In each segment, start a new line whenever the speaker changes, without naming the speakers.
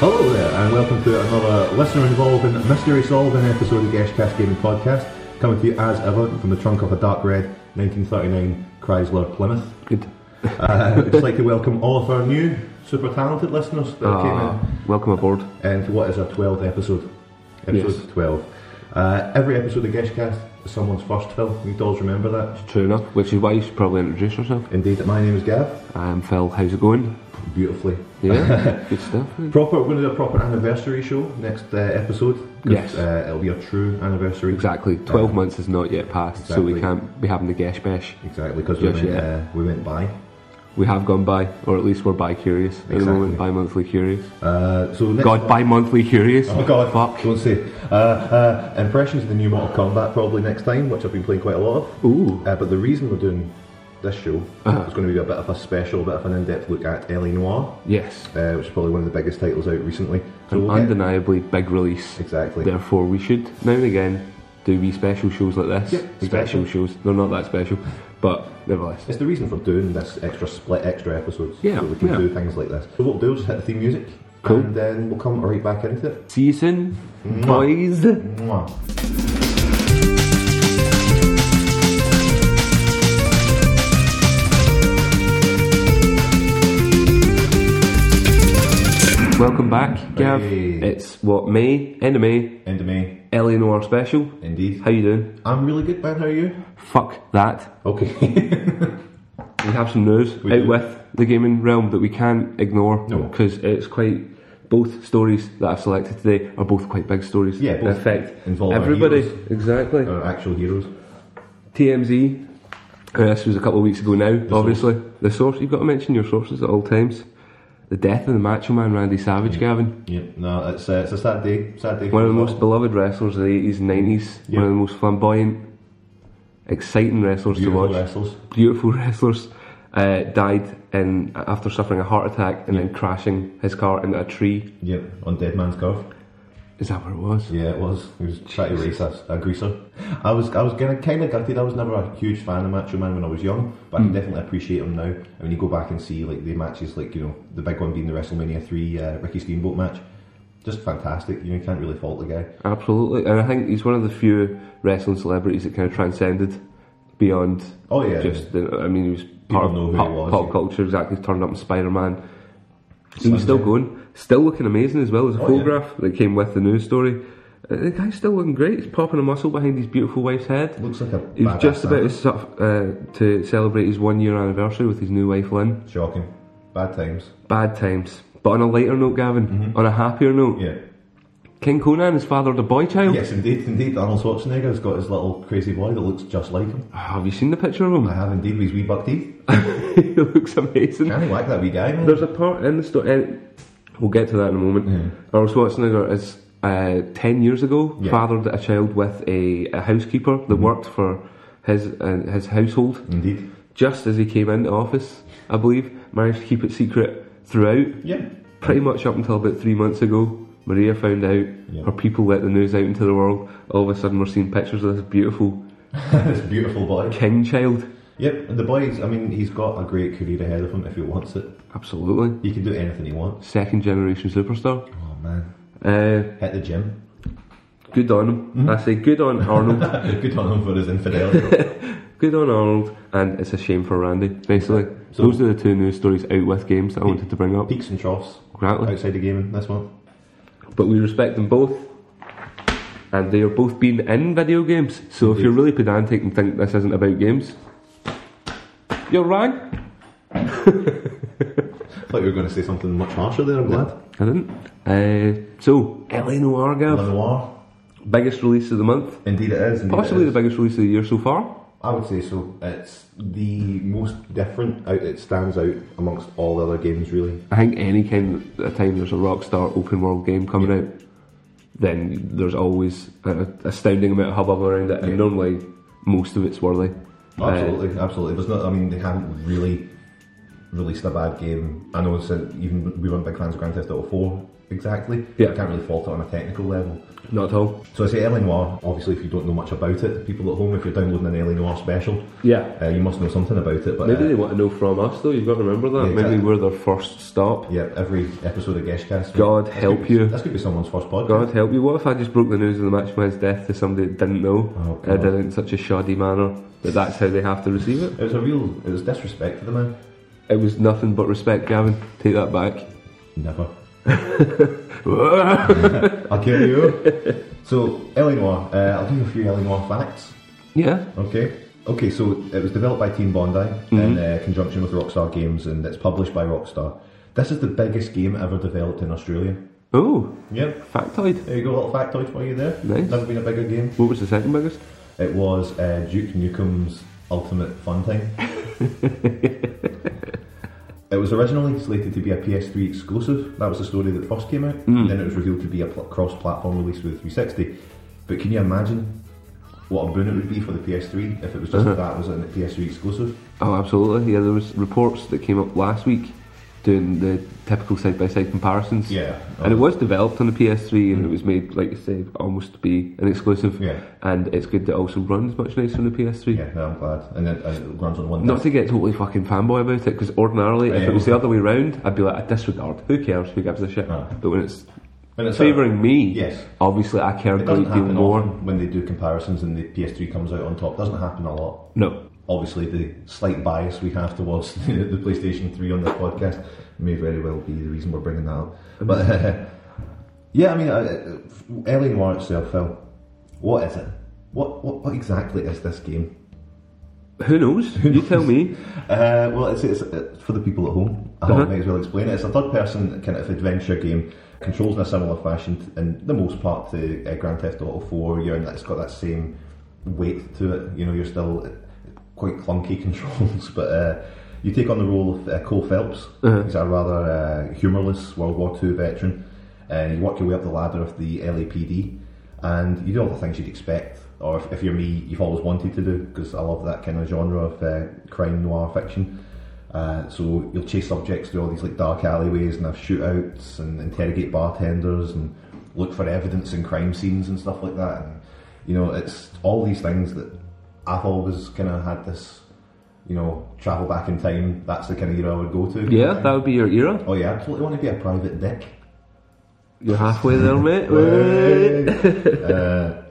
Hello there, and welcome to another listener involved in mystery solving episode of the Eshcast Gaming Podcast, coming to you as ever from the trunk of a dark red 1939 Chrysler Plymouth.
Good.
Uh, I'd just like to welcome all of our new, super talented listeners that
Ah, welcome aboard.
came in, and to what is our 12th episode? Episode 12. Uh, every episode of Geshcast is someone's first, Phil. You need to always remember that.
True enough, which is why you should probably introduce yourself.
Indeed, my name is Gav.
I'm Phil. How's it going?
Beautifully.
Yeah, good stuff. mate.
Proper, we're going to do a proper anniversary show next uh, episode. 'cause,
Yes.
Uh, it'll be a true anniversary.
Exactly. Twelve months has not yet passed, so
Exactly.
we can't be having the gesh bash.
Exactly, because we,
Just
went,
yet.
uh, we went by.
We have gone by, or at least we're bi curious at the
Exactly.
moment. Bi monthly curious.
Uh, so next
God, bi monthly curious.
Oh God!
Fuck.
Don't say. Uh, uh, impressions of the new Mortal Kombat probably next time, which I've been playing quite a lot of.
Ooh.
Uh, but the reason we're doing this show is going to be a bit of a special, bit of an in-depth look at Ellie Noir,
Yes.
uh, which is probably one of the biggest titles out recently.
An
we'll get-
undeniably big release.
exactly.
Therefore, we should now and again do wee special shows like this.
Yeah,
special
special.
shows. They're not that special, but nevertheless.
It's the reason for doing this extra split, extra episodes,
Yeah,
so we can
yeah.
do things like this. So what we'll do is hit the theme music,
Cool.
and then we'll come right back into it.
See you soon, boys.
Mwah.
Welcome back, Gav.
Hey.
It's what May, end of May,
End of May,
Eleanor special.
indeed.
How you doing?
I'm really good, man. How are you?
Fuck that.
Okay.
We have some news
We
out
do.
with the gaming realm that we can't ignore
No.
because it's quite. Both stories that I've selected today are both quite big stories.
Yeah,
that
both
affect
involve our
everybody.
heroes. Uh,
Exactly.
Our actual heroes.
TMZ. uh, this was a couple of weeks ago now. obviously, the source you've got to mention your sources at all times. The death of the Macho Man Randy Savage,
Mm.
Gavin.
Yeah, no, it's uh, it's a sad day. Sad day.
One of the
for us
most beloved wrestlers of the 80s and 90s.
Yeah.
One of the most flamboyant, exciting wrestlers
beautiful
to watch.
wrestlers.
Beautiful wrestlers. Uh, died in, after suffering a heart attack and then crashing his car into a tree.
Yep, on Dead Man's Curve.
Is that what it was?
Yeah, it was. He was trying to race us, a greaser. I was, I was kind of, kind of gutted. I was never a huge fan of Macho Man when I was young, but I
Hmm.
can definitely appreciate him now. And when you go back and see like the matches, like you know, the big one being the WrestleMania three uh, Ricky Steamboat match, just fantastic. You know, you can't really fault the guy.
Absolutely. And I think he's one of the few wrestling celebrities that kind of transcended beyond
Oh yeah,
just, the, I mean, he was part
know who
of
he
pop,
was,
pop
yeah.
culture, exactly. Turned up in Spider Man. He
Sunday.
was still going, still looking amazing as well. There's a
Oh, yeah.
photograph that came with the news story. Uh, The guy's still looking great. He's popping a muscle behind his beautiful wife's head.
looks like a.
He was
badass
just about to,
man.
suff- uh, to celebrate his one year anniversary with his new wife Lynn.
shocking. Bad times.
Bad times. But on a lighter note, Gavin, on a happier note,
Mm-hmm. Yeah.
King Conan has fathered a boy child.
Yes, indeed, indeed. Arnold Schwarzenegger's got his little crazy boy that looks just like him.
Have you seen the picture of him?
I have indeed with his wee buck teeth.
he looks amazing.
Can he whack that wee guy, man?
There's a part in the story. We'll get to that in a moment. Arnold Schwarzenegger is uh, ten years ago
Yeah. Mm-hmm.
fathered a child with a, a housekeeper that worked for his uh, his household.
Indeed.
Just as he came into office, I believe, managed to keep it secret throughout.
Yeah.
Pretty much up until about three months ago, Maria found out.
Yeah.
Her people let the news out into the world. All of a sudden, we're seeing pictures of this beautiful
this beautiful boy.
king child.
Yep, and the boy's, I mean, he's got a great career ahead of him if he wants it.
Absolutely,
He can do anything he wants.
second generation superstar.
Oh, man.
Uh,
Hit the gym.
good on him.
Mm-hmm.
I say good on Arnold.
Good on him for his infidelity.
Good on Arnold, and it's a shame for Randy, basically.
So-
Those are the two news stories out with games that I wanted to bring up.
Peaks and troughs
Exactly.
outside the gaming this month.
But we respect them both, and they are both being in video games. So if you're really pedantic and think this isn't about games, you're wrong.
I thought you were going to say something much harsher there, I'm glad.
I didn't. Uh, so, Eleanor
Le
Gav,
Noir.
biggest release of the month,
Indeed it is. Indeed
possibly
it
the
is.
biggest release of the year so far.
I would say so. It's the most different. out- It stands out amongst all the other games, really.
I think any kind of time there's a Rockstar open world game coming out, then there's always an astounding amount of hubbub around it, and normally most of it's worthy. Uh,
Absolutely, absolutely. There's not. I mean, they haven't really released a bad game. I know. Since even we weren't big fans of Grand Theft Auto Four, exactly.
Yeah.
I can't really fault it on a technical level.
Not at all.
So I say Early Noir, obviously if you don't know much about it, people at home, if you're downloading an Early Noir special,
Yeah.
uh, you must know something about it. But
Maybe
uh,
they want to know from us though. You've got to remember that.
Yeah,
Maybe
exactly.
we're their first stop.
yeah, every episode of Geshcast.
God
this
help
could be-
you.
This could be someone's first podcast.
God help you. What if I just broke the news of the matchman's death to somebody that didn't know?
Oh,
and I
God.
did it in such a shoddy manner that that's how they have to receive it.
It was a real, it was disrespect to the man.
It was nothing but respect, Gavin. Take that back.
Never. I'll kill you. so, Early Noir, uh, I'll give you a few Early Noir facts.
yeah.
Okay. Okay, so it was developed by Team Bondi in uh, conjunction with Rockstar Games and it's published by Rockstar. This is the biggest game ever developed in Australia.
Oh,
Yep.
factoid.
There you go, a little factoid for you there.
Nice.
Never been a bigger game.
What was the second biggest?
It was uh, Duke Nukem's Ultimate Fun Time. it was originally slated to be a PS3 exclusive. That was the story that first came out.
Hmm.
And then it was revealed to be a pl- cross platform release with 360. But can you imagine what a boon it would be for the PS3 if it was just
Uh-huh.
that that was a PS3 exclusive?
Oh, absolutely. Yeah, there was reports that came up last week doing the typical side-by-side comparisons.
Yeah. Mm.
And it was developed on the PS3 and it was made, like you say, almost to be an exclusive.
Yeah.
And it's good that it also runs much nicer on the PS3.
Yeah, no, I'm glad. And it, and it runs on one
Not
disc.
to get totally fucking fanboy about it, because ordinarily, if
Yeah.
it was the other way round, I'd be like, I disregard. Who cares? Who gives a shit?
Ah.
But when it's
And it's a-
favouring me,
Yes.
obviously I care a
It doesn't
great deal
happen
more.
often when they do comparisons and the PS3 comes out on top. doesn't happen a lot.
No.
obviously the slight bias we have towards the, the PlayStation 3 on this podcast may very well be the reason we're bringing that up. But yeah, I mean, uh, Ellie Noir itself, Phil, what is it? What, what what exactly is this game?
Who knows? you tell me.
Uh, well, it's, it's uh, for the people at home. I
Uh-huh.
may as well explain it. It's a third-person kind of adventure game, controls in a similar fashion, t- in the most part to uh, Grand Theft Auto 4. You're in, it's got that same weight to it. You know, you're still uh, quite clunky controls, but uh, you take on the role of uh, Cole Phelps. He's a rather uh, humorless World War II veteran. Uh, you work your way up the ladder of the LAPD, and you do all the things you'd expect. Or if, if you're me, you've always wanted to do, because I love that kind of genre of uh, crime noir fiction. Uh, so you'll chase subjects through all these like dark alleyways and have shootouts and interrogate bartenders and look for evidence in crime scenes and stuff like that. And you know, it's all these things that I've always kind of had this, you know, travel back in time. That's the kind of era I would go to.
Yeah, that would be your era.
Oh yeah, I absolutely want to be a private dick.
You're halfway there, mate.
uh,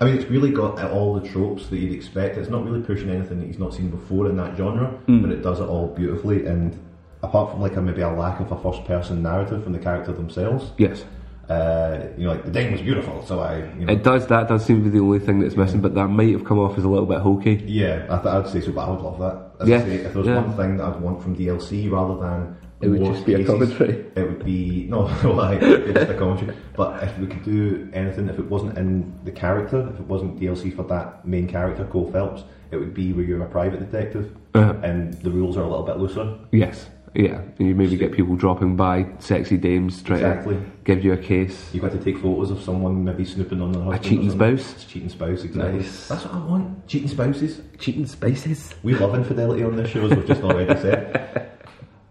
I mean, it's really got all the tropes that you'd expect. It's not really pushing anything that he's not seen before in that genre, but it does it all beautifully. And apart from like a, maybe a lack of a first-person narrative from the character themselves,
yes.
uh, you know, like the thing was beautiful, so I, you know,
It does. That does seem to be the only thing that's missing, but that might have come off as a little bit hokey.
yeah, I th- I'd say so. But I would love that. As
Yeah,
I say, if there was
yeah.
one thing that I'd want from DLC rather than
It would
war
just be a
spaces,
commentary.
It would be no, why it's just a commentary. But if we could do anything, if it wasn't in the character, if it wasn't DLC for that main character, Cole Phelps, it would be where you're a private detective,
Uh-huh.
and the rules are a little bit looser.
Yes. Yeah. And you maybe get people dropping by, sexy dames trying
Exactly.
to give you a case.
You've got to take photos of someone maybe snooping on their husband. or
cheating
something.
spouse?
It's cheating spouse, exactly.
Nice.
That's what I want. Cheating spouses.
Cheating spaces.
We love infidelity on this show, as we've just already said.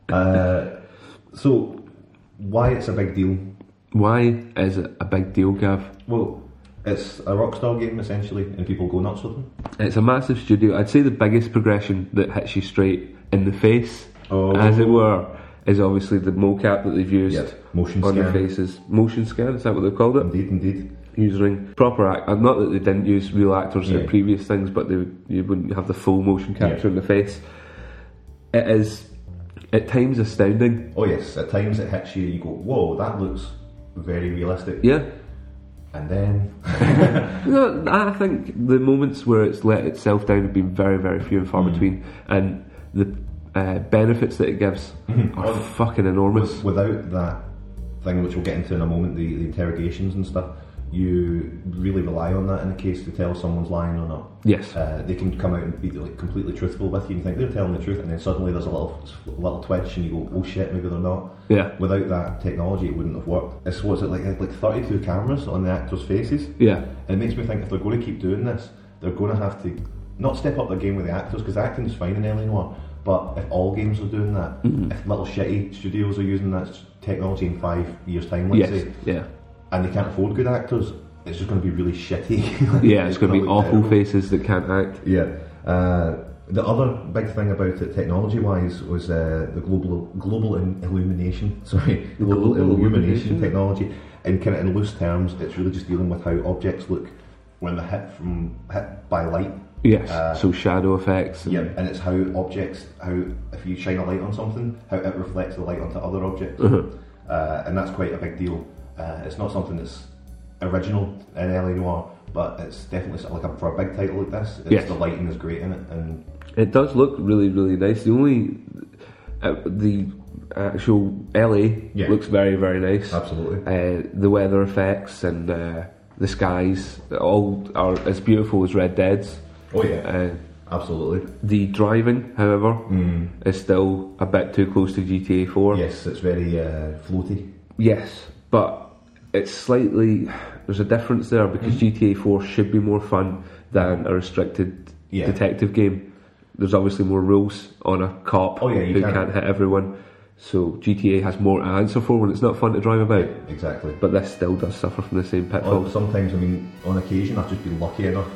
Uh, so, why it's a big deal?
Why is it a big deal, Gav?
Well, it's a Rockstar game essentially, and people go nuts with them.
It's a massive studio. I'd say the biggest progression that hits you straight in the face,
Oh.
as it were, is obviously the mocap that they've used
Yep. Motion
on their
scan.
faces. Motion scan, is that what they've called it?
Indeed, indeed.
Using proper act, and not that they didn't use real actors in
Yeah.
previous things, but they would- you wouldn't have the full motion capture in the face. It is at times astounding.
Oh yes, at times it hits you, you go, "Whoa, that looks very realistic,"
Yeah,
and then
No, I think the moments where it's let itself down have been very, very few and far
Mm.
between, and the uh, benefits that it gives
Mm-hmm.
are fucking enormous.
without that thing, which we'll get into in a moment, the, the interrogations and stuff, you really rely on that in a case to tell someone's lying or not.
Yes,
Uh, they can come out and be like, completely truthful with you and think they're telling the truth, and then suddenly there's a little little twitch, and you go, "Oh shit, maybe they're not."
Yeah.
Without that technology, it wouldn't have worked. It's what's it like? Like 32 cameras on the actors' faces.
yeah,
And it makes me think if they're going to keep doing this, they're going to have to not step up their game with the actors because acting is fine in Eleanor, But if all games are doing that,
Mm.
if little shitty studios are using that s- technology in five years' time, let's
Yes,
say,
yeah,
and they can't afford good actors, it's just going to be really shitty. Like,
yeah. It's going to be
gonna look
awful
terrible.
faces that can't act.
Yeah. Uh, the other big thing about it, technology-wise, was uh, the global global in- illumination. Sorry, global,
Global
illumination
illumination.
technology. In kind of in loose terms, it's really just dealing with how objects look when they're hit from hit by light.
Yes.
Uh,
so shadow effects. and-
And it's how objects, how if you shine a light on something, how it reflects the light onto other objects,
Uh-huh.
uh, and that's quite a big deal. Uh, it's not something that's original in LA Noir, but it's definitely sort of like a, for a big title like this. It's,
Yes.
The lighting is great in it, and
It does look really, really nice. The only uh, the actual LA
Yeah.
looks very, very nice.
Absolutely.
Uh, the weather effects and uh, the skies all are as beautiful as Red Dead's.
Oh yeah,
Uh,
absolutely. Mm.
the driving, however, is still a bit too close to GTA 4.
Yes, it's very uh, floaty.
Yes, but it's slightly there's a difference there because
Mm-hmm.
GTA 4 should be more fun than a restricted
Yeah.
detective game. There's obviously more rules on a cop
Oh, yeah, you
who
can-
can't. hit everyone, so GTA has more to answer for when it's not fun to drive about.
Exactly.
But this still does suffer from the same
Or
pitfalls.
sometimes, I mean, on occasion, I've just been lucky enough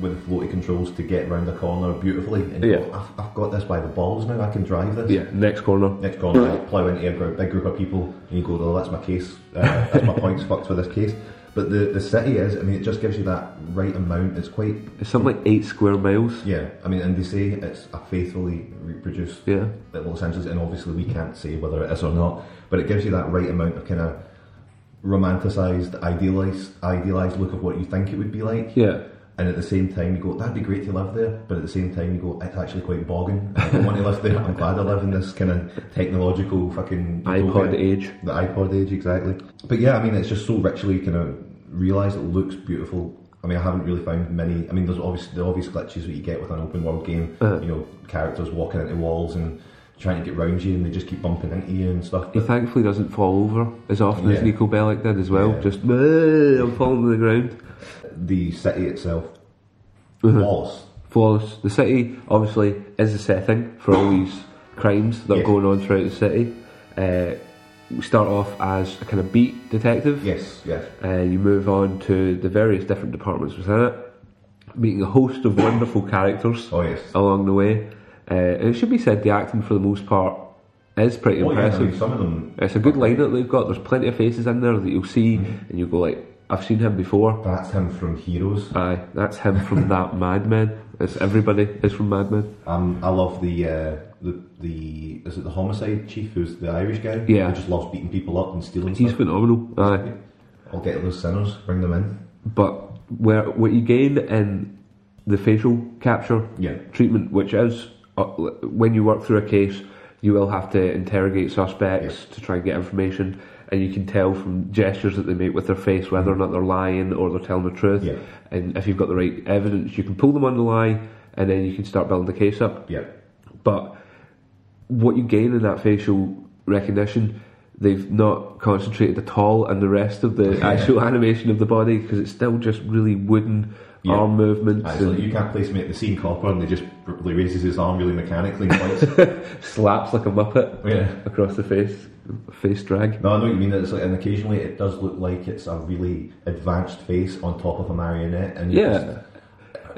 with the floaty controls to get round a corner beautifully. And
Yeah.
go, I've, I've got this by the balls now. I can drive this.
Yeah, next corner.
Next corner, I plough into a gr- big group of people, and you go, "Oh, that's my case. Uh, that's my points fucked for this case." But the the city is, I mean, it just gives you that right amount. It's quite,
It's something like eight square miles.
yeah. I mean, and they say it's a faithfully reproduced
Yeah.
at Los Angeles, and obviously we can't say whether it is or not, but it gives you that right amount of kind of romanticised, idealised, idealised look of what you think it would be like.
Yeah.
And at the same time, you go, that'd be great to live there, but at the same time, you go, it's actually quite bogging. I don't want to live there. I'm glad I live in this kind of technological fucking
iPod
utopia."
age.
The iPod age, exactly. But yeah, I mean, it's just so richly kind of realised. It looks beautiful. I mean, I haven't really found many. I mean, there's obvious the obvious glitches that you get with an open world game.
Uh-huh.
You know, characters walking into walls and trying to get round you, and they just keep bumping into you and stuff.
He
But
thankfully doesn't fall over as often as
Yeah.
Nico Bellic did as well.
Yeah.
Just, "Bleh, I'm falling to the ground.
the city itself,
Mhm.
walls.
flawless. The city obviously is the setting for all these crimes that
Yeah.
are going on throughout the city. Uh, we start off as a kind of beat detective,
Yes, yes.
and you move on to the various different departments within it, meeting a host of wonderful characters
Oh yes.
along the way. Uh, and it should be said the acting for the most part is pretty
Oh, yeah, I
impressive.
mean, some of them.
It's a good lineup they've got. There's plenty of faces in there that you'll see,
Mm-hmm.
and you'll go like, "I've seen him before."
That's him from Heroes.
Aye, that's him from that Mad Men. It's everybody is from Mad Men.
Um, I love the uh, the the is it the homicide chief who's the Irish guy?
Yeah.
who just loves beating people up and stealing.
He's
stuff.
phenomenal. Aye.
I'll get those sinners, bring them in.
But where what you gain in the facial capture
Yeah.
treatment, which is uh, when you work through a case, you will have to interrogate suspects to try and get information, and you can tell from gestures that they make with their face whether or not they're lying or they're telling the truth.
Yeah.
And if you've got the right evidence, you can pull them on the lie, and then you can start building the case up.
Yeah.
But what you gain in that facial recognition, they've not concentrated at all on the rest of the
Yeah.
actual animation of the body because it's still just really wooden
Yeah.
arm movements
Aye, so
and
you can't place me at the scene copper and he just really raises his arm really mechanically and points.
slaps like a muppet
yeah.
across the face, face drag.
No, I know what you mean. It's like, and occasionally it does look like it's a really advanced face on top of a marionette. And you just-
Yeah.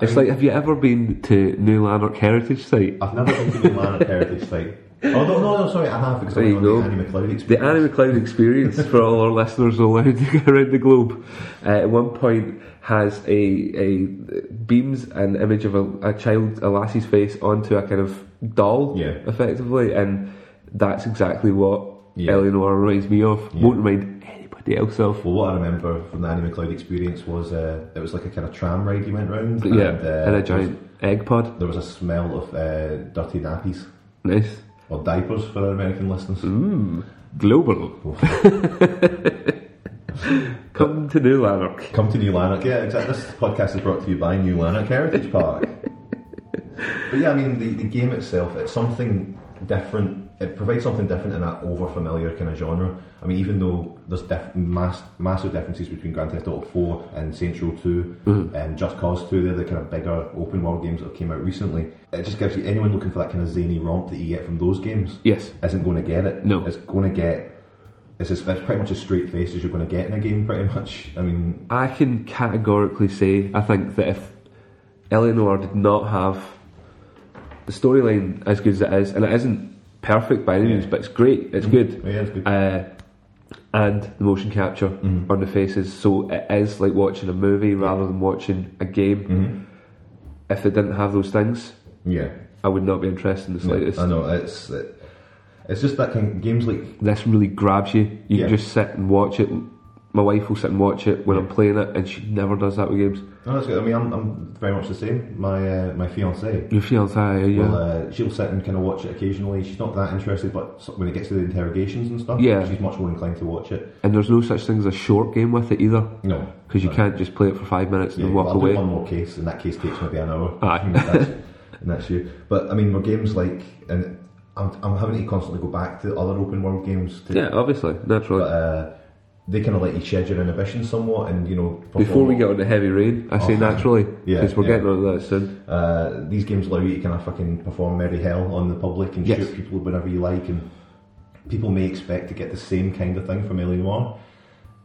It's like, have you ever been to New Lanark Heritage Site?
I've never been to the Lanark Heritage Site. Oh no, no, no, sorry, I have because I
There
went
you
on
go.
the Annie McLeod
The
experience.
Anime Cloud experience for all our listeners around, around the globe, uh, at one point has a, a beams an image of a, a child, a lassie's face onto a kind of doll,
Yeah.
effectively, and that's exactly what
Yeah.
Eleanor reminds me of.
Yeah.
Won't remind anybody else of.
well, what I remember from the Annie McLeod experience was uh, it was like a kind of tram ride you went round.
But yeah,
and,
and,
uh,
a giant egg pod.
There was a smell of uh, dirty nappies
Nice,
or diapers for our American listeners. Hmm.
global. Come to New Lanark.
Come to New Lanark. Yeah, exactly. This podcast is brought to you by New Lanark Heritage Park. but yeah, I mean, the, the game itself, it's something different it provides something different in that over familiar kind of genre. I mean, even though there's diff- mass, massive differences between Grand Theft Auto 4 and Saints Row 2 and Just Cause 2, they're the kind of bigger open world games that came out recently. It just gives you anyone looking for that kind of zany romp that you get from those games
Yes.
isn't going to get it.
No.
it's going to get. It's, as, it's pretty much as straight face as you're going to get in a game, pretty much. I mean,
I can categorically say I think that if Eleanor did not have the storyline as good as it is, and it isn't perfect by any
Yeah.
means, but it's great, it's good,
yeah, it's good.
uh, and the motion capture
Mm-hmm.
on the faces, so it is like watching a movie rather than watching a game.
Mm-hmm.
If it didn't have those things,
yeah,
I would not be interested in the
No,
slightest.
I know it's it, it's just that kind games like
this really grabs you. You
Yeah.
can just sit and watch it. My wife will sit and watch it when I'm playing it, and she never does that with games.
No, that's good. I mean, I'm, I'm very much the same. My uh, my fiance,
Your fiance, yeah.
well, uh, she'll sit and kind of watch it occasionally. She's not that interested, but so- when it gets to the interrogations and stuff,
Yeah.
she's much more inclined to watch it.
And there's no such thing as a short game with it either,
No,
because you
No.
can't just play it for five minutes and
Yeah,
then walk
well, I'll do
away.
one more case, and that case takes maybe an hour.
Aye.
and, that's, and that's you. But I mean, with games like, and I'm, I'm having to constantly go back to other open world games to
Yeah, obviously, naturally.
but uh, they kind of let you shed your inhibitions somewhat, and you know.
Before we
perform-
get on to heavy rain, I say
Oh.
naturally
Yeah,
because we're
yeah.
getting on to that soon.
uh, these games allow you to kind of fucking perform merry hell on the public and
Yes.
shoot people whenever you like, and people may expect to get the same kind of thing from Alien War.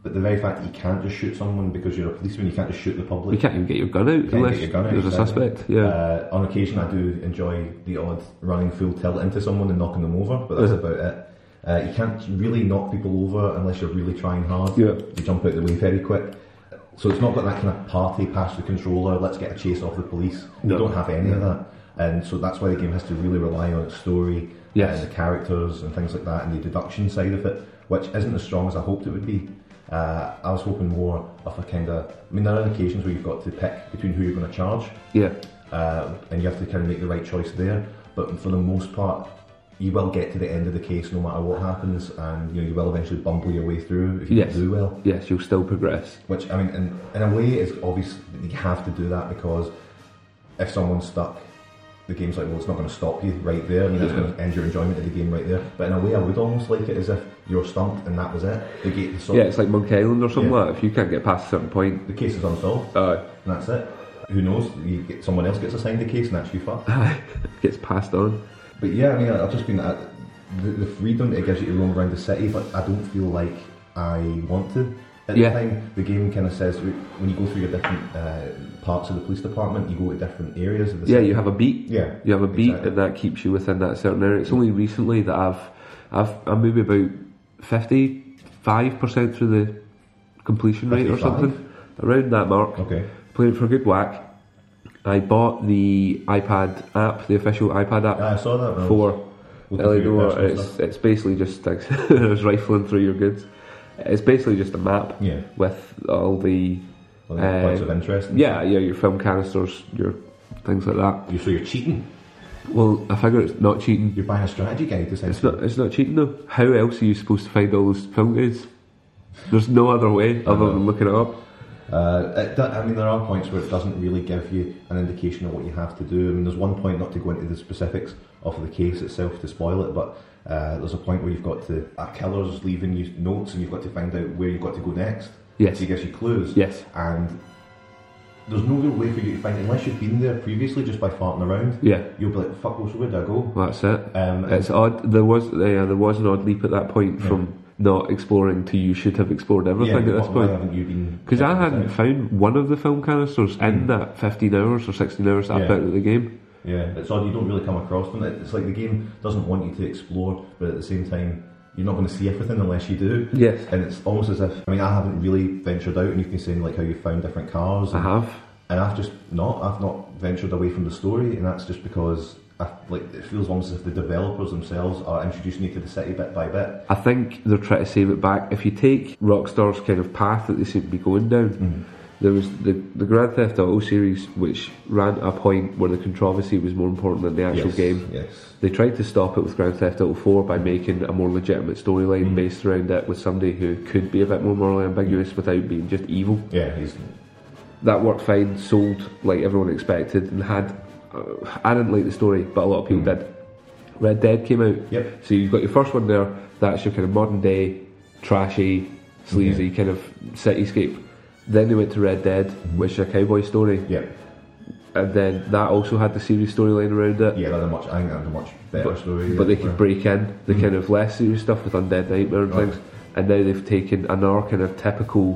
But the very fact that you can't just shoot someone because you're a policeman, you can't just shoot the
You
public.
can't even get your gun out
get
unless
your gun out,
there's a
exactly.
suspect. Yeah,
Uh, on occasion, I do enjoy the odd running full tilt into someone and knocking them over, but that's about it. Uh, you can't really knock people over unless you're really trying hard.
Yeah.
You jump out the way very quick. So it's not got that kind of party past the controller, let's get a chase off the police.
No.
You don't have any of that. And so that's why the game has to really rely on its story
Yes.
and the characters and things like that and the deduction side of it, which isn't as strong as I hoped it would be. Uh, I was hoping more of a kind of. I mean, there are occasions where you've got to pick between who you're going to charge
yeah.
uh, and you have to kind of make the right choice there. But for the most part, you will get to the end of the case no matter what happens, and you know you will eventually bumble your way through if you
Yes.
do well.
Yes, you'll still progress.
Which I mean, in, in a way, it's obvious that you have to do that because if someone's stuck, the game's like, well, it's not going to stop you right there. I mean, it's going to end your enjoyment of the game right there. But in a way, I would almost like it as if you're stumped and that was it. The, gate, the, sort-
Yeah, it's like Monkey Island or something
Yeah.
like that. If you can't get past a certain point,
the case is unsolved.
uh,
And that's it. Who knows? You get, someone else gets assigned the case, and that's you fucked.
gets passed on.
But yeah, I mean, I- I've just been at the, the freedom that it gives you to roam around the city, but I don't feel like I want to. At
Yeah.
the time, the game kind of says when you go through your different uh, parts of the police department, you go to different areas of the
Yeah,
city.
you have a beat.
yeah,
You have a beat,
exactly.
and that keeps you within that certain area. It's only recently that I've, I've, I'm maybe about fifty-five percent through the completion rate or
55?
something, around that mark.
Okay.
Playing for a good whack. I bought the iPad app, the official iPad app
Yeah, I saw that. When I was
for
looking through your
Eleanor.
personal
It's
stuff.
it's basically just like, I was rifling through your goods. It's basically just a map
Yeah.
with all the
Well, the points
uh,
of interest. and
yeah yeah your film canisters, your things like that.
stuff. You so you're cheating.
Well, I figure it's not cheating
You're buying a strategy guide.
It's
Essentially.
not. It's not cheating though. How else are you supposed to find all those film guides? There's no other way other than looking it up.
Uh, it, do- I mean, there are points where it doesn't really give you an indication of what you have to do. I mean, there's one point not to go into the specifics of the case itself to spoil it, but uh, there's a point where you've got to a killer's leaving you notes, and you've got to find out where you've got to go next.
Yes.
he gives you clues.
Yes.
and there's no real way for you to find unless you've been there previously just by farting around.
Yeah.
You'll be like, "Fuck, well, so where do I go?"
Well, that's it.
Um,
It's odd. There was yeah, there was an odd leap at that point from not exploring to you should have explored
yeah,
everything at this
what- why
point.
haven't you been?
Because I
checking
hadn't
this out?
found one of the film canisters in that 15 hours or 16 hours that I
Mm. Yeah.
put into the game.
Yeah, it's odd. You don't really come across them. It- It's like the game doesn't want you to explore, but at the same time, you're not going to see everything unless you do.
Yes.
And it's almost as if I mean I haven't really ventured out, and you've been saying like how you found different cars,
I
and,
have.
and I've just not. I've not ventured away from the story, and that's just because I like it feels almost as if the developers themselves are introducing you to the city bit by bit.
I think they're trying to save it back. If you take Rockstar's kind of path that they seem to be going down,
Mm-hmm.
there was the, the Grand Theft Auto series, which ran at a point where the controversy was more important than the actual
yes,
game.
Yes.
They tried to stop it with Grand Theft Auto 4 by making a more legitimate storyline
Mm-hmm.
based around it with somebody who could be a bit more morally ambiguous without being just evil.
Yeah. He's
That worked fine, sold like everyone expected, and had. Uh, I didn't like the story, but a lot of people did. Red Dead came out.
Mm-hmm. Yep.
So you've got your first one there. That's your kind of modern day, trashy, sleazy kind of cityscape. Then they went to Red Dead,
Mm-hmm.
which is a cowboy story,
Yep.
and then that also had the serious storyline around it.
Yeah, that's a much. I think that's a much better story. yeah,
But they could
where-
break in the kind of less serious stuff with Undead Nightmare and
Right.
things, and now they've taken another kind of typical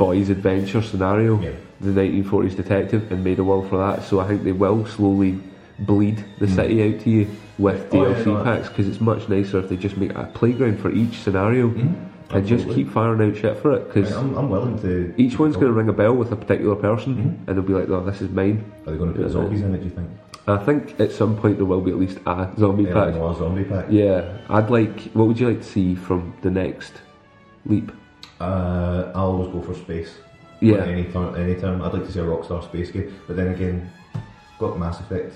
boys' adventure scenario,
Yeah.
the 1940s detective, and made a world for that. So I think they will slowly bleed the city out to you with
Hmm. Oh, yeah,
DLC packs 'cause
no,
packs because it's much nicer if they just make a playground for each scenario and just
Hmm. Absolutely.
keep firing out shit for it because.
I'm, I'm willing to.
Each one's going to ring a bell with a particular person,
Hmm.
and they'll be like, "No, this is mine."
Are they going to put zombies in it? Do you think?
I think at some point there will be at least a zombie
Yeah,
pack.
like a war zombie pack.
Yeah, I'd like. What would you like to see from the next leap?
Uh, I'll always go for space.
Yeah.
At Any time, any time. I'd like to see a Rockstar space game, but then again, got Mass Effect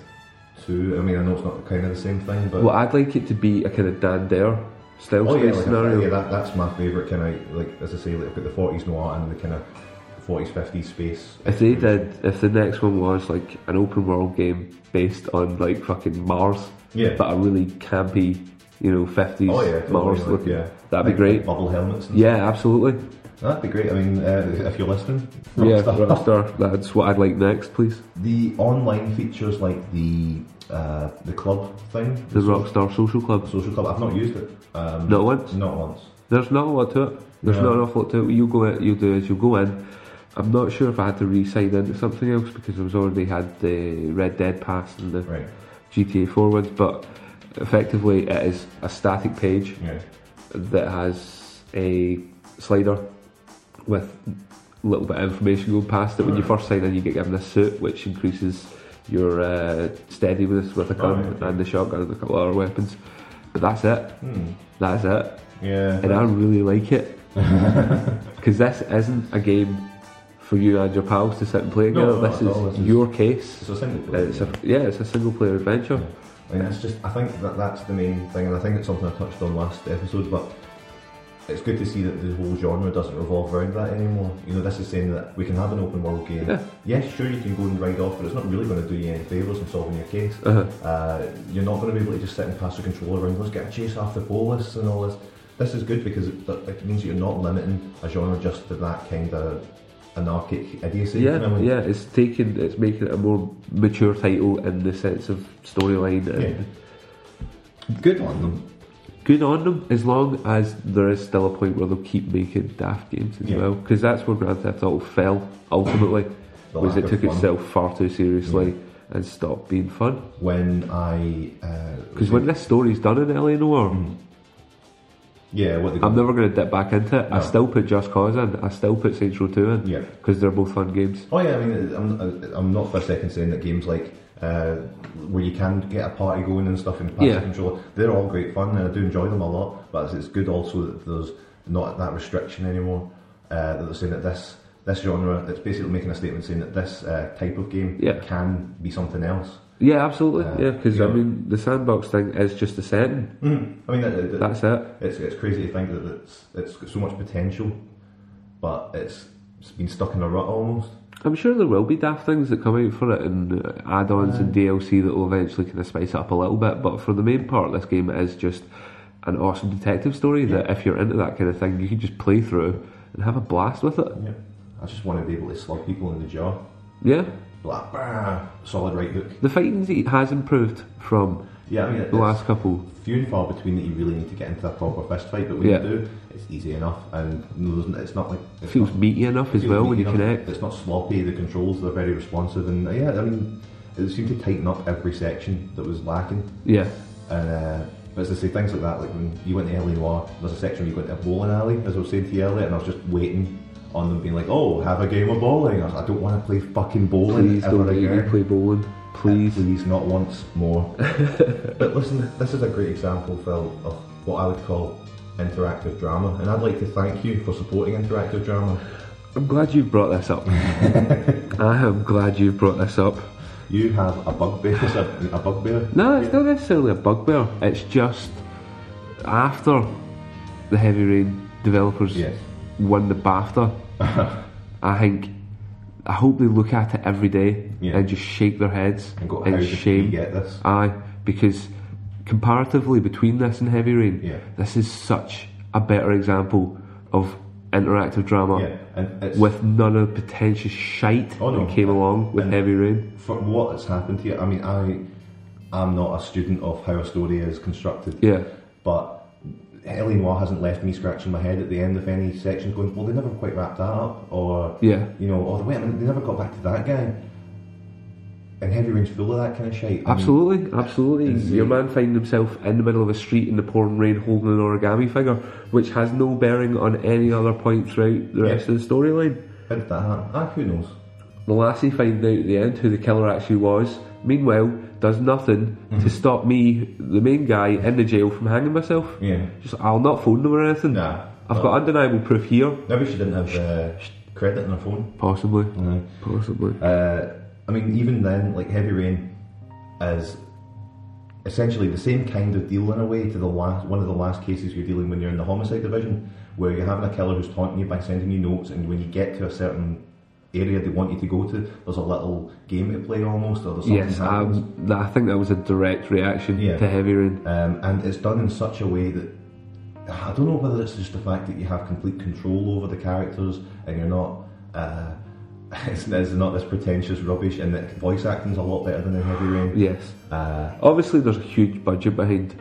two. I mean, I know it's not kind of the same thing, but
Well, I'd like it to be a kind of Dan Dare style
oh yeah,
space
like
scenario.
a, yeah, that, that's my favourite kind of like as I say, like I've got the forties noir and the kind of forties fifties space.
if they did, if the next one was like an open world game based on like fucking Mars,
Yeah.
but a really campy, you know, fifties
oh yeah, totally,
Mars
like,
looking,
yeah.
that'd be
Like
great.
Bubble helmets. And
Yeah, absolutely.
That'd be great. I mean, uh, if you're listening,
Yeah,
Rockstar.
Rockstar. That's what I'd like next, please.
The online features like the uh, the club thing,
The Rockstar Social Club.
social club. I've not used it. Um,
Not once.
Not once.
There's not a lot to it. There's
No.
not an awful lot to it. What you go in, you do is you go in. I'm not sure if I had to re-sign into something else because I was already had the Red Dead Pass and the
Right.
GTA 4 ones, but effectively it is a static page
Yeah.
that has a slider with a little bit of information going past it. When you first sign in, you get given a suit which increases your uh, steadiness with a gun
Alright.
and the shotgun and a couple other weapons. But that's it.
Hmm.
That's it
Yeah.
and I really like it because this isn't a game for you and your pals to sit and
No,
play together.
no,
this,
not at
is
all. This is-
your case.
it's a single player.
It's
game.
a yeah, it's a single player adventure.
I mean, that's just. I think that that's the main thing, and I think it's something I touched on last episode. But it's good to see that the whole genre doesn't revolve around that anymore. You know, this is saying that we can have an open world game.
Yeah.
Yes, sure, you can go and ride off, but it's not really going to do you any favors in solving your case.
Uh-huh.
Uh, you're not going to be able to just sit and pass the controller around. Let's get a chase after police and all this. This is good because it, that- it means that you're not limiting a genre just to that kind of anarchic idiocy.
Yeah,
you know,
yeah, it's taking, it's making it a more mature title in the sense of storyline. And
Good on them.
Good on them, as long as there is still a point where they'll keep making daft games as
Yeah.
well, because that's where Grand Theft Auto fell ultimately,
The
was
lack
it
of
took
fun.
itself far too seriously and stopped being fun.
When I. uh,
Because when this story's done in LA Noir,
Mm. Yeah, what they
I'm never going to dip back into it. I
No.
still put Just Cause in. I still put Saints Row 2 in.
Yeah.
Because they're both fun games.
Oh yeah, I mean, I'm, uh, I'm not for a second saying that games like uh, where you can get a party going and stuff and pass
Yeah.
the controller, they're all great fun and I do enjoy them a lot. But it's, it's good also that there's not that restriction anymore. Uh, that they're saying that this this genre, it's basically making a statement saying that this uh, type of game
Yeah.
can be something else.
Yeah, absolutely.
Uh,
yeah, because, I
yeah.
mean, the sandbox thing is just a setting.
Mm.
Mm-hmm.
I mean, that, that-
That's it.
it's it's crazy to think that it's it's got so much potential, but it's, it's been stuck in a rut almost.
I'm sure there will be daft things that come out for it and uh, add-ons and DLC that will eventually kind of spice it up a little bit. But for the main part, this game is just an awesome detective story that if you're into that kind of thing, you can just play through and have a blast with it.
Yeah. I just want to be able to slug people in the jaw.
Yeah.
Like, bah, solid right hook.
The fighting has improved from
Yeah, I mean,
the
it's
last couple.
few and far between that you really need to get into a proper fist fight, but when
Yeah.
you do, it's easy enough, and no, there's- it's not like
It
it's
feels
not,
meaty enough as
feels
well
neat
when you
enough.
connect.
It's not sloppy. The controls are very responsive, and uh, yeah, I mean, it seemed to tighten up every section that was lacking.
Yeah.
And uh, but as I say, things like that, like when you went to LA Noir, there's a section where you went to a bowling alley, as I was saying to you earlier, and I was just waiting on them being like, "Oh, have a game of bowling." I, was, like, I don't want to play fucking bowling
Please
ever
don't make
again.
me play bowling. Please.
Please, not once more. but listen, this is a great example, Phil, of what I would call interactive drama, and I'd like to thank you for supporting interactive drama.
I'm glad you brought this up. I am glad you brought this up.
You have a bugbear. Is that a bugbear?
No, it's not necessarily a bugbear. It's just after the Heavy Rain developers
Yes.
won the BAFTA, I think I hope they look at it every day
Yeah.
and just shake their heads
And go, how
in
did we
shame.
get this?
Aye, because comparatively between this and Heavy Rain,
Yeah.
this is such a better example of interactive drama
Yeah, and it's,
with none of the pretentious shite
Oh, no.
that came along with
And-
Heavy Rain.
for what has happened here. I mean, I I'm not a student of how a story is constructed,
Yeah,
but Ellie Moore hasn't left me scratching my head at the end of any section, going, "Well, they never quite wrapped that up," or
yeah,
you know, "Oh, wait a minute, they never got back to that guy." And Heavy Rain's full of that kind of shite. I mean,
absolutely, absolutely.
Is
Your
it-
man finding himself in the middle of a street in the pouring rain holding an origami figure, which has no bearing on any other point throughout the
Yeah.
rest of the storyline.
How did that happen? Ah, who knows?
The lassie finds out at the end who the killer actually was. Meanwhile, does nothing
Mm-hmm.
to stop me, the main guy in the jail, from hanging myself.
Yeah.
Just I'll not phone them or anything.
Nah.
I've got undeniable proof here.
Maybe she didn't have uh, credit in her phone.
Possibly,
No.
possibly.
Uh, I mean, even then, like Heavy Rain is essentially the same kind of deal in a way to the last one of the last cases you're dealing when you're in the homicide division, where you're having a killer who's taunting you by sending you notes, and when you get to a certain area they want you to go to, there's a little game to play almost, or there's something
Yes, I,
happens.
I think that was a direct reaction
Yeah.
to Heavy Rain.
Um, and it's done in such a way that I don't know whether it's just the fact that you have complete control over the characters and you're not. Uh, it's, it's not this pretentious rubbish, and that voice acting's a lot better than in Heavy Rain.
Yes,
Uh,
obviously there's a huge budget behind.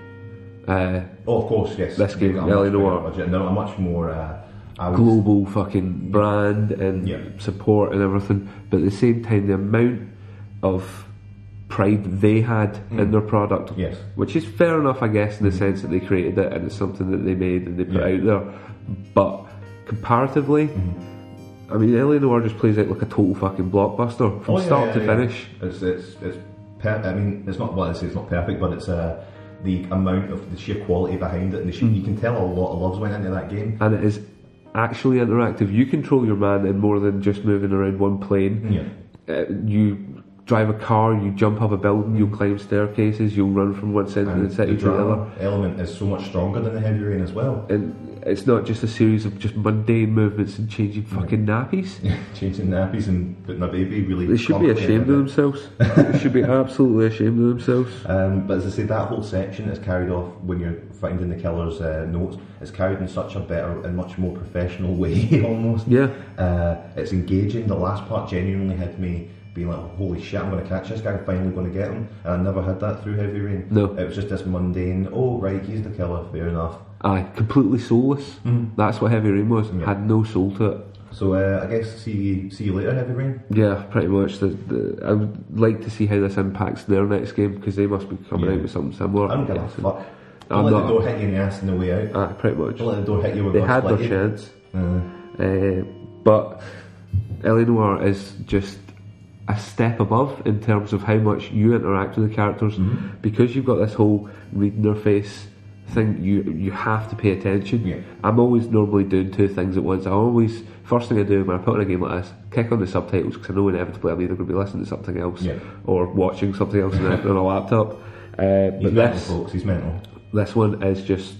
Uh,
oh, of course, yes.
This game,
They've got a much
Ellie Noir.
bigger budget, No, a much more. Uh, I would-
global fucking brand and
Yeah.
support and everything. But at the same time, the amount of pride they had
Mm.
in their product,
Yes.
which is fair enough, I guess, in the sense that they created it and it's something that they made and they put
Mm. Yeah.
out there. But comparatively,
Mm-hmm.
I mean, Ellie Noir just plays out like a total fucking blockbuster from
Oh, yeah,
start
yeah,
to
yeah.
finish.
It's it's it's. Per- I mean, it's not well. I say it's not perfect, but it's uh, the amount of the sheer quality behind it, and the sheer, you can tell a lot of loves went into that game.
And it is actually interactive. You control your man in more than just moving around one plane.
Yeah.
uh, you drive a car, you jump up a building, you climb staircases, you'll run from one side of
and
the city
the
to the other.
drama element is so much stronger than the heavy rain as well.
And it's not just a series of just mundane movements and changing fucking nappies.
Changing nappies and putting a baby really.
They should be
clumsily in
ashamed of
it.
themselves. they should be absolutely ashamed of themselves.
Um, but as I say, that whole section is carried off when you're finding the killer's uh, notes. It's carried in such a better and much more professional way, almost.
Yeah.
Uh, it's engaging. The last part genuinely had me being like, "Holy shit, I'm going to catch this guy! I'm finally going to get him!" And I never had that through Heavy Rain.
No.
it was just this mundane. Oh, right, he's the killer. Fair enough.
Aye, completely soulless. That's what Heavy Rain was.
Yeah.
Had no soul to it.
So uh, I guess see see you later, Heavy Rain.
Yeah, pretty much. The, the, I would like to see how this impacts their next game because they must be coming
Yeah.
out with something similar.
I don't give a
guess.
fuck.
I'm
Don't let
not-
the door hit you in the ass on the way out.
Aye, pretty much.
Don't let the door hit you with
They
God's
had their
light.
chance.
Uh,
Uh, but Eleanor is just a step above in terms of how much you interact with the characters
Mm-hmm.
because you've got this whole reading their face thing you you have to pay attention
Yeah.
i'm always normally doing two things at once i always first thing i do when i put on a game like this kick on the subtitles because i know inevitably i'm either going to be listening to something else
Yeah.
or watching something else on a on a laptop uh,
he's
but
mental,
this
folks. He's mental.
this one is just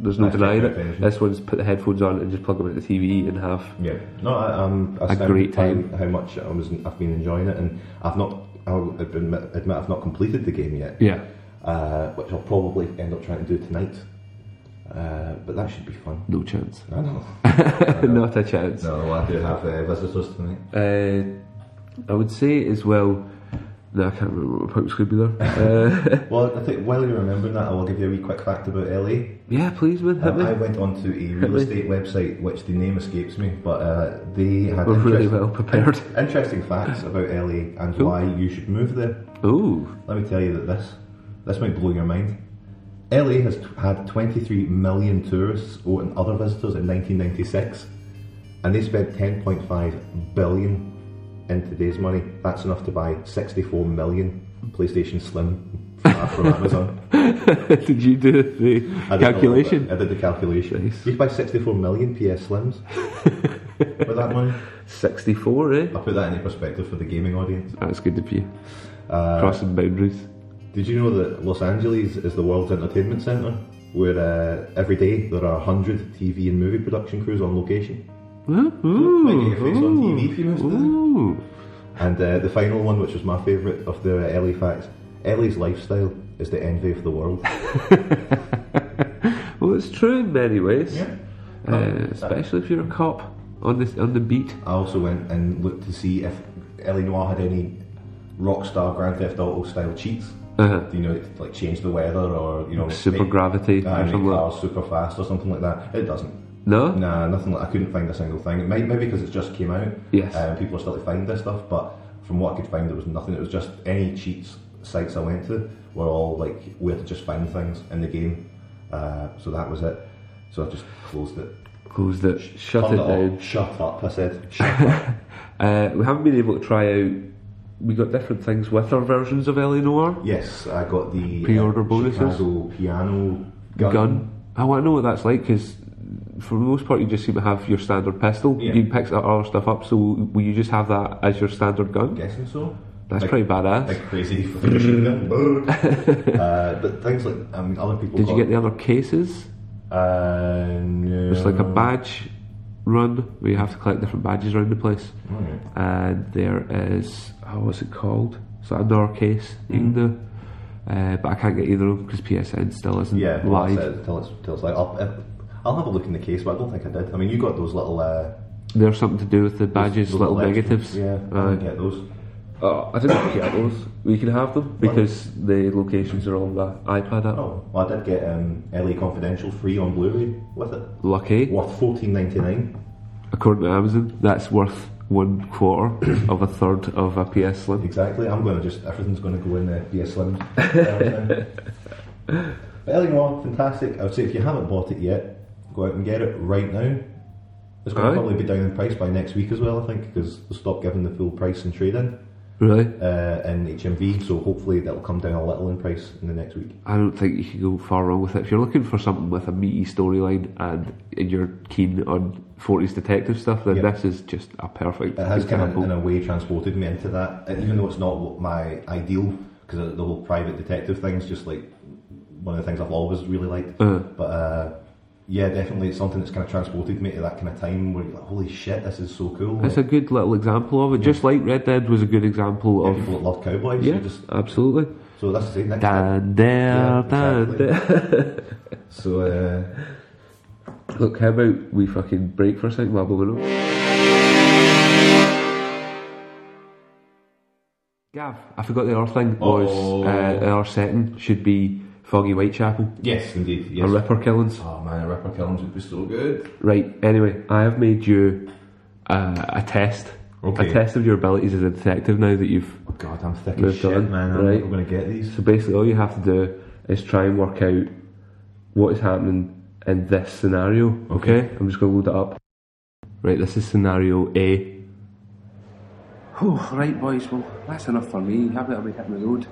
there's no
That's
denying
different
it
version.
this one's put the headphones on and just plug them into the tv and have
Yeah. No, I, um, I
A
stand
great
by
time.
How much I was, I've been enjoying it, and I've not. I'll admit, admit I've not completed the game yet,
Yeah.
uh, which I'll probably end up trying to do tonight. Uh, but that should be fun.
No chance.
I know.
Not a chance.
No, I do have uh, visitors tonight.
Uh, I would say as well. No, I can't remember what my point was going to be there. Uh,
Well, I think while you're remembering that, I will give you a wee quick fact about LA.
yeah, please, man, hit
Um, I
me.
went onto a real
me.
estate website, which the name escapes me, but uh, they had
We're Oh, really
interest-
well prepared.
interesting facts about LA and
Cool.
why you should move there.
Ooh,
Let me tell you that this this might blow your mind. LA has t- had 23 million tourists or- and other visitors in 1996, and they spent 10.5 billion in today's money. That's enough to buy 64 million PlayStation Slim from from Amazon.
did you do the
I did a little bit.
calculation?
I did the calculation.
Nice.
You could buy 64 million PS Slims with that money.
Sixty-four, eh?
I put that into perspective for the gaming audience.
That's good of you.
Uh,
Crossing boundaries.
did you know that Los Angeles is the world's entertainment centre? Where uh, every day there are 100 TV and movie production crews on location. Might get your face on TV if you missed it.
Ooh.
And uh, the final one, which was my favourite of the uh, LA facts, LA's lifestyle is the envy of the world.
Well, it's true in many ways,
Yeah.
uh, especially if you're a cop on the on the beat.
I also went and looked to see if Ellie Noir had any rock star Grand Theft Auto style cheats.
Uh-huh.
You know, like change the weather or you know
Super
make-
gravity
uh,
or
make
something. like-
cars super fast or something like that. It doesn't.
No.
Nah, nothing. Like, I couldn't find a single thing. It may, maybe because it just came out.
Yes.
Um, people are still to find this stuff, but from what I could find, there was nothing. It was just any cheats sites I went to were all like where to just find things in the game. Uh, so that was it. So I just closed it.
Closed it. Shut it
Turned
down.
off. Shut up! I said. Shut up.
Uh, we haven't been able to try out. We got different things with our versions of Eleanor.
yes, I got the uh,
Pre-order bonuses?
Chicago piano gun.
Gun. Oh, I want to know what that's like because, for the most part, you just seem to have your standard pistol.
Yeah.
You pick that other stuff up, so will you just have that as your standard gun?
I'm guessing so.
That's
Like-
pretty badass.
Like crazy machine gun. Brrr. uh, but things like I mean, other people.
Did you
got-
get the other cases?
Uh, no.
It's like a badge run where you have to collect different badges around the place.
Alright.
And Uh, there is, oh, what's it called? It's like another case
Mm.
you can do. Uh, but I can't get either of them because PSN still isn't
Yeah, well,
live.
that's it. Tell us, tell us. Like, I'll, I'll have a look in the case, but I don't think I did. I mean, you got those little uh,
There's something to do with the badges,
those
little
extras.
negatives.
Yeah, I
Aye.
didn't get those.
Oh, I didn't get those. We can have them because the locations are on the iPad app.
Oh, well, I did get um, LA Confidential free on Blu-ray with it,
Lucky,
worth fourteen ninety nine.
according to Amazon, that's worth one quarter of a third of a PS Slim.
Exactly. I'm going to just everything's going to go in there. Be a slim. but LA Noir, fantastic. I would say if you haven't bought it yet, go out and get it right now. It's going
Aye.
to probably be down in price by next week as well, I think, because they stopped giving the full price in trade-in.
Really?
uh, in HMV, so hopefully that'll come down a little in price in the next week.
I don't think you can go far wrong with it. If you're looking for something with a meaty storyline and, and you're keen on 40s detective stuff, then
Yeah.
this is just a perfect
It has kind of,
example.
in a way, transported me into that, and even though it's not what my ideal, because the whole private detective thing is just like one of the things I've always really liked.
Uh.
But uh, yeah, definitely it's something that's kind of transported me to that kind of time where you're like, holy shit, this is so cool.
That's a
Like,
good little example of it. Just like Red Dead was a good example
yeah,
of.
people that love cowboys,
Yeah,
you just
absolutely.
so that's the thing. Next time.
Dan there,
Yeah,
dan
exactly.
there.
So uh,
Look, how about we fucking break for a second while we're up? Gav, I forgot the other thing was
Oh.
uh, our setting should be Foggy Whitechapel
yes, indeed,
or
yes.
Ripper Killings.
oh man, a Ripper Killings would be so good.
Right, anyway, I have made you uh, a test.
Okay.
A test of your abilities as a detective now that you've.
Oh god, I'm thick
Moved
as shit,
on,
man. I'm
right.
not going to get these.
So basically, all you have to do is try and work out what is happening in this scenario. Okay? I'm just going to load it up. Right, this is scenario A. Oh, right, boys, well, that's enough for me. I better be hitting the road.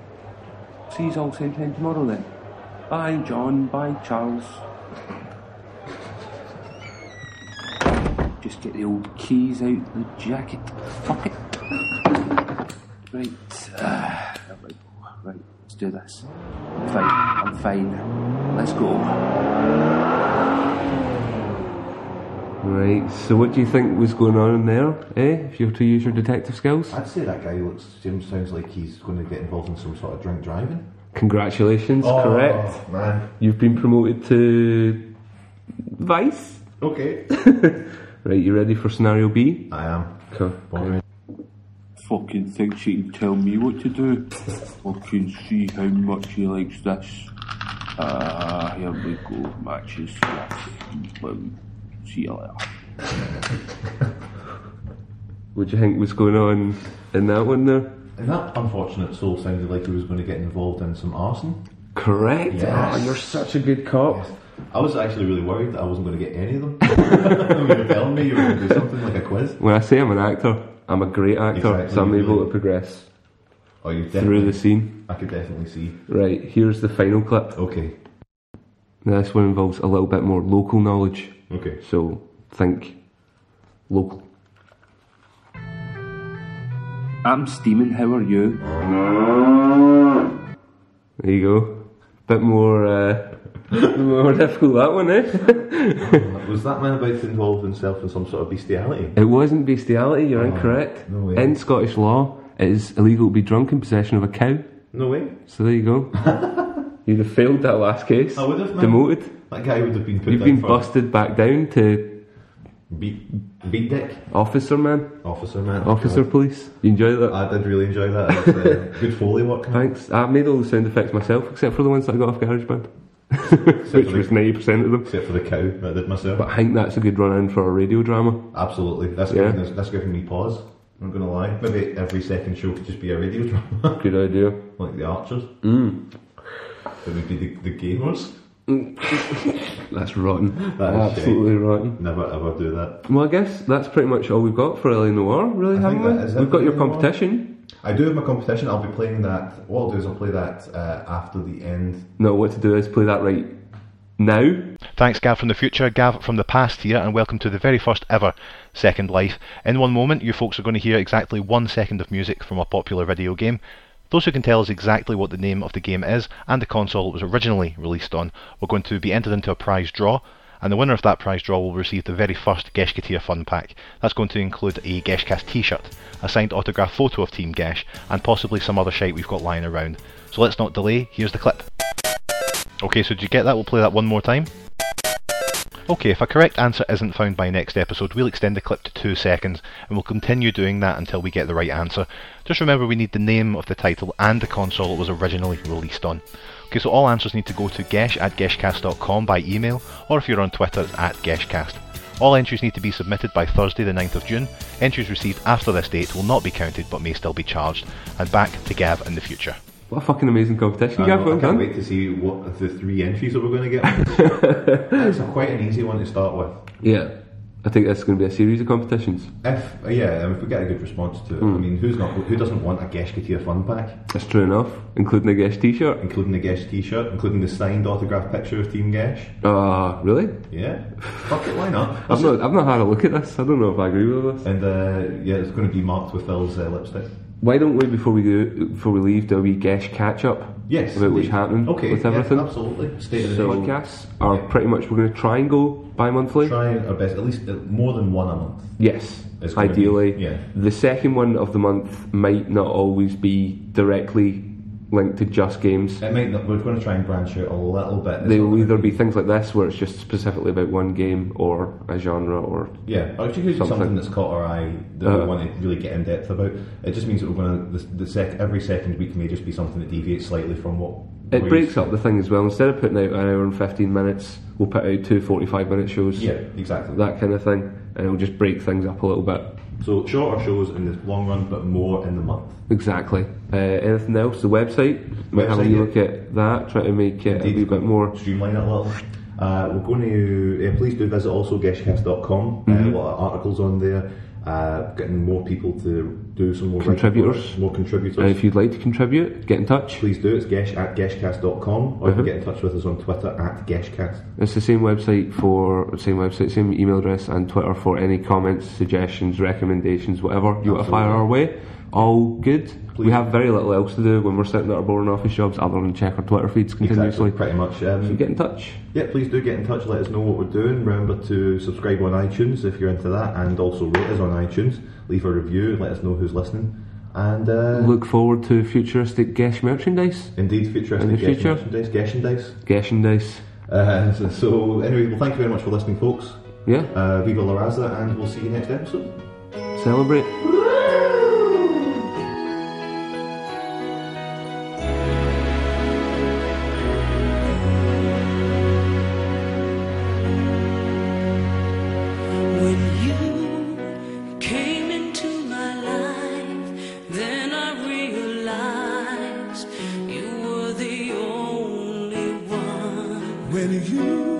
See you all same time tomorrow then. Bye, John. Bye, Charles. Just get the old keys out the jacket pocket. Right. Uh, right, right, let's do this. Fine, I'm fine. Let's go. Right, so what do you think was going on in there, eh? If you were to use your detective skills?
I'd say that guy looks Jim sounds like he's going to get involved in some sort of drink driving.
Congratulations,
Oh.
correct.
man.
You've been promoted to Vice.
Okay.
Right, you ready for scenario B?
I am.
Cool.
Boring.
fucking thinks she can tell me what to do. Fucking see how much he likes this. Ah, here we go. Matches. Boom. See you later.
What do you think was going on in that one there?
And that unfortunate soul sounded like he was going to get involved in some arson.
Correct.
Yes.
Oh, you're such a good cop.
I was actually really worried that I wasn't going to get any of them. you were telling me you were going to do something like a quiz.
When I say I'm an actor, I'm a great actor,
Exactly,
so I'm
you
able
really-
to progress
Oh, you
through
definitely.
the scene.
I could definitely see.
Right, here's the final clip.
Okay.
Now, this one involves a little bit more local knowledge,
Okay.
so think local.
I'm steaming. How are you?
There you go. Bit more, uh, more difficult that one, eh?
Was that man about to involve himself in some sort of bestiality?
It wasn't bestiality, you're incorrect.
Oh, no way.
In Scottish law, it is illegal to be drunk in possession of a cow.
No way.
So there you go. You'd have failed that last case.
I would have, man.
Demoted.
That guy would have been put
You've
down
been
for
busted back down to
Beat, beat dick.
officer man,
Officer, man.
officer police. You enjoy that?
I did really enjoy that. It's, uh, good foley work. man.
Thanks. I made all the sound effects myself, except for the ones that I got off GarageBand, which
for the-
was 90% of them.
Except for the cow that I did myself.
But I think that's a good run in for a radio drama.
Absolutely. That's,
Yeah.
giving, us- that's giving me pause. I'm not going to lie. Maybe every second show could just be a radio drama,
Good idea.
like The Archers. Mm. It would be the, the Gamers.
That's rotten.
That is
Absolutely rotten.
Never ever do that.
Well, I guess that's pretty much all we've got for Ellie Noir, really,
I
haven't
think
we?
that is
We've got your
everything, Noir.
competition.
I do have my competition. I'll be playing that. What I'll do is I'll play that uh, after the end.
No, what to do is play that right now.
Thanks, Gav from the future, Gav from the past here, and welcome to the very first ever Second Life. In one moment, you folks are going to hear exactly one second of music from a popular video game. Those who can tell us exactly what the name of the game is and the console it was originally released on are going to be entered into a prize draw, and the winner of that prize draw will receive the very first Geshketeer Fun Pack. That's going to include a Geshcast t shirt, a signed autograph photo of Team Gesh, and possibly some other shite we've got lying around. So let's not delay, here's the clip. Okay, so did you get that? We'll play that one more time. Okay, if a correct answer isn't found by next episode, we'll extend the clip to two seconds and we'll continue doing that until we get the right answer. Just remember we need the name of the title and the console it was originally released on. Okay, so all answers need to go to gesh at geshcast.com by email, or if you're on Twitter, it's at geshcast. All entries need to be submitted by Thursday, the 9th of June. Entries received after this date will not be counted but may still be charged. And back to Gav in the future.
What a fucking amazing competition, Gav.
I
Well
can't
done.
wait to see what of the three entries that we're going to get. That's a- quite an easy one to start with.
Yeah. I think that's going to be a series of competitions.
If uh, yeah, and if we get a good response to it, I mean, who's not who doesn't want a Geshketeer fun pack,
That's true enough, including a guest t shirt.
including the Gesh T-shirt, including the signed autograph picture of Team Gesh?
Uh, really?
Yeah, fuck it, why not?
I've not, I've not had a look at this. I don't know if I agree with this.
And uh, yeah, it's going to be marked with Phil's uh, lipstick.
Why don't we, before we do, before we leave, do a wee Gesh catch up?
Yes,
About what's
indeed.
happening
Okay,
with
yeah,
everything.
absolutely. State of the
So
nation.
podcasts are pretty much we're going to try and go bi-monthly.
Try our best, at least uh, more than one a month.
Yes,
It's gonna
ideally.
be- yeah.
The second one of the month might not always be directly linked to just games.
It might not, we're going to try and branch out a little bit. It's
They
not
will
gonna
either be things like this, where it's just specifically about one game or a genre, or
Yeah, or actually, something.
Something. Uh-huh.
something that's caught our eye that we want to really get in depth about. It just means that we're going to the, the sec every second week may just be something that deviates slightly from what
it
we-
breaks up the thing as well. Instead of putting out an hour and fifteen minutes, we'll put out two 45-minute shows.
Yeah, exactly.
That kind of thing, and it'll just break things up a little bit.
So shorter shows in the long run, but more in the month.
Exactly. Uh, anything else? The website. Might have a
Website,
wee
yeah.
look at that. Try to make it
Indeed.
a wee bit more.
Streamline it a little. Uh, we're going to uh, please do visit also geshcast.com. Uh, a lot of articles on there. Uh, getting more people to do some more
Contributors.
more contributors.
And if you'd like to contribute, get in touch.
Please do. It's gesh at geshcast.com, or
Uh-huh.
you can get in touch with us on Twitter at geshcast.
It's the same website for same website, same email address and Twitter for any comments, suggestions, recommendations, whatever you want to fire our way. All good. We have very little else to do when we're sitting at our boring office jobs other than check our Twitter feeds continuously.
Exactly, pretty much.
So
Um,
get in touch.
Yeah, please do get in touch. Let us know what we're doing. Remember to subscribe on iTunes if you're into that, and also rate us on iTunes. Leave a review and let us know who's listening. And uh,
Look forward to futuristic Gesh merchandise.
indeed, futuristic
In the
Gesh and
future.
merchandise, Gesh and dice.
Geshendice.
Uh, so, so anyway, well, thank you very much for listening, folks.
Yeah.
Uh, Viva La Raza, and we'll see you next episode.
Celebrate.
When you came into my life, then I realized you were the only one.
When you Oh,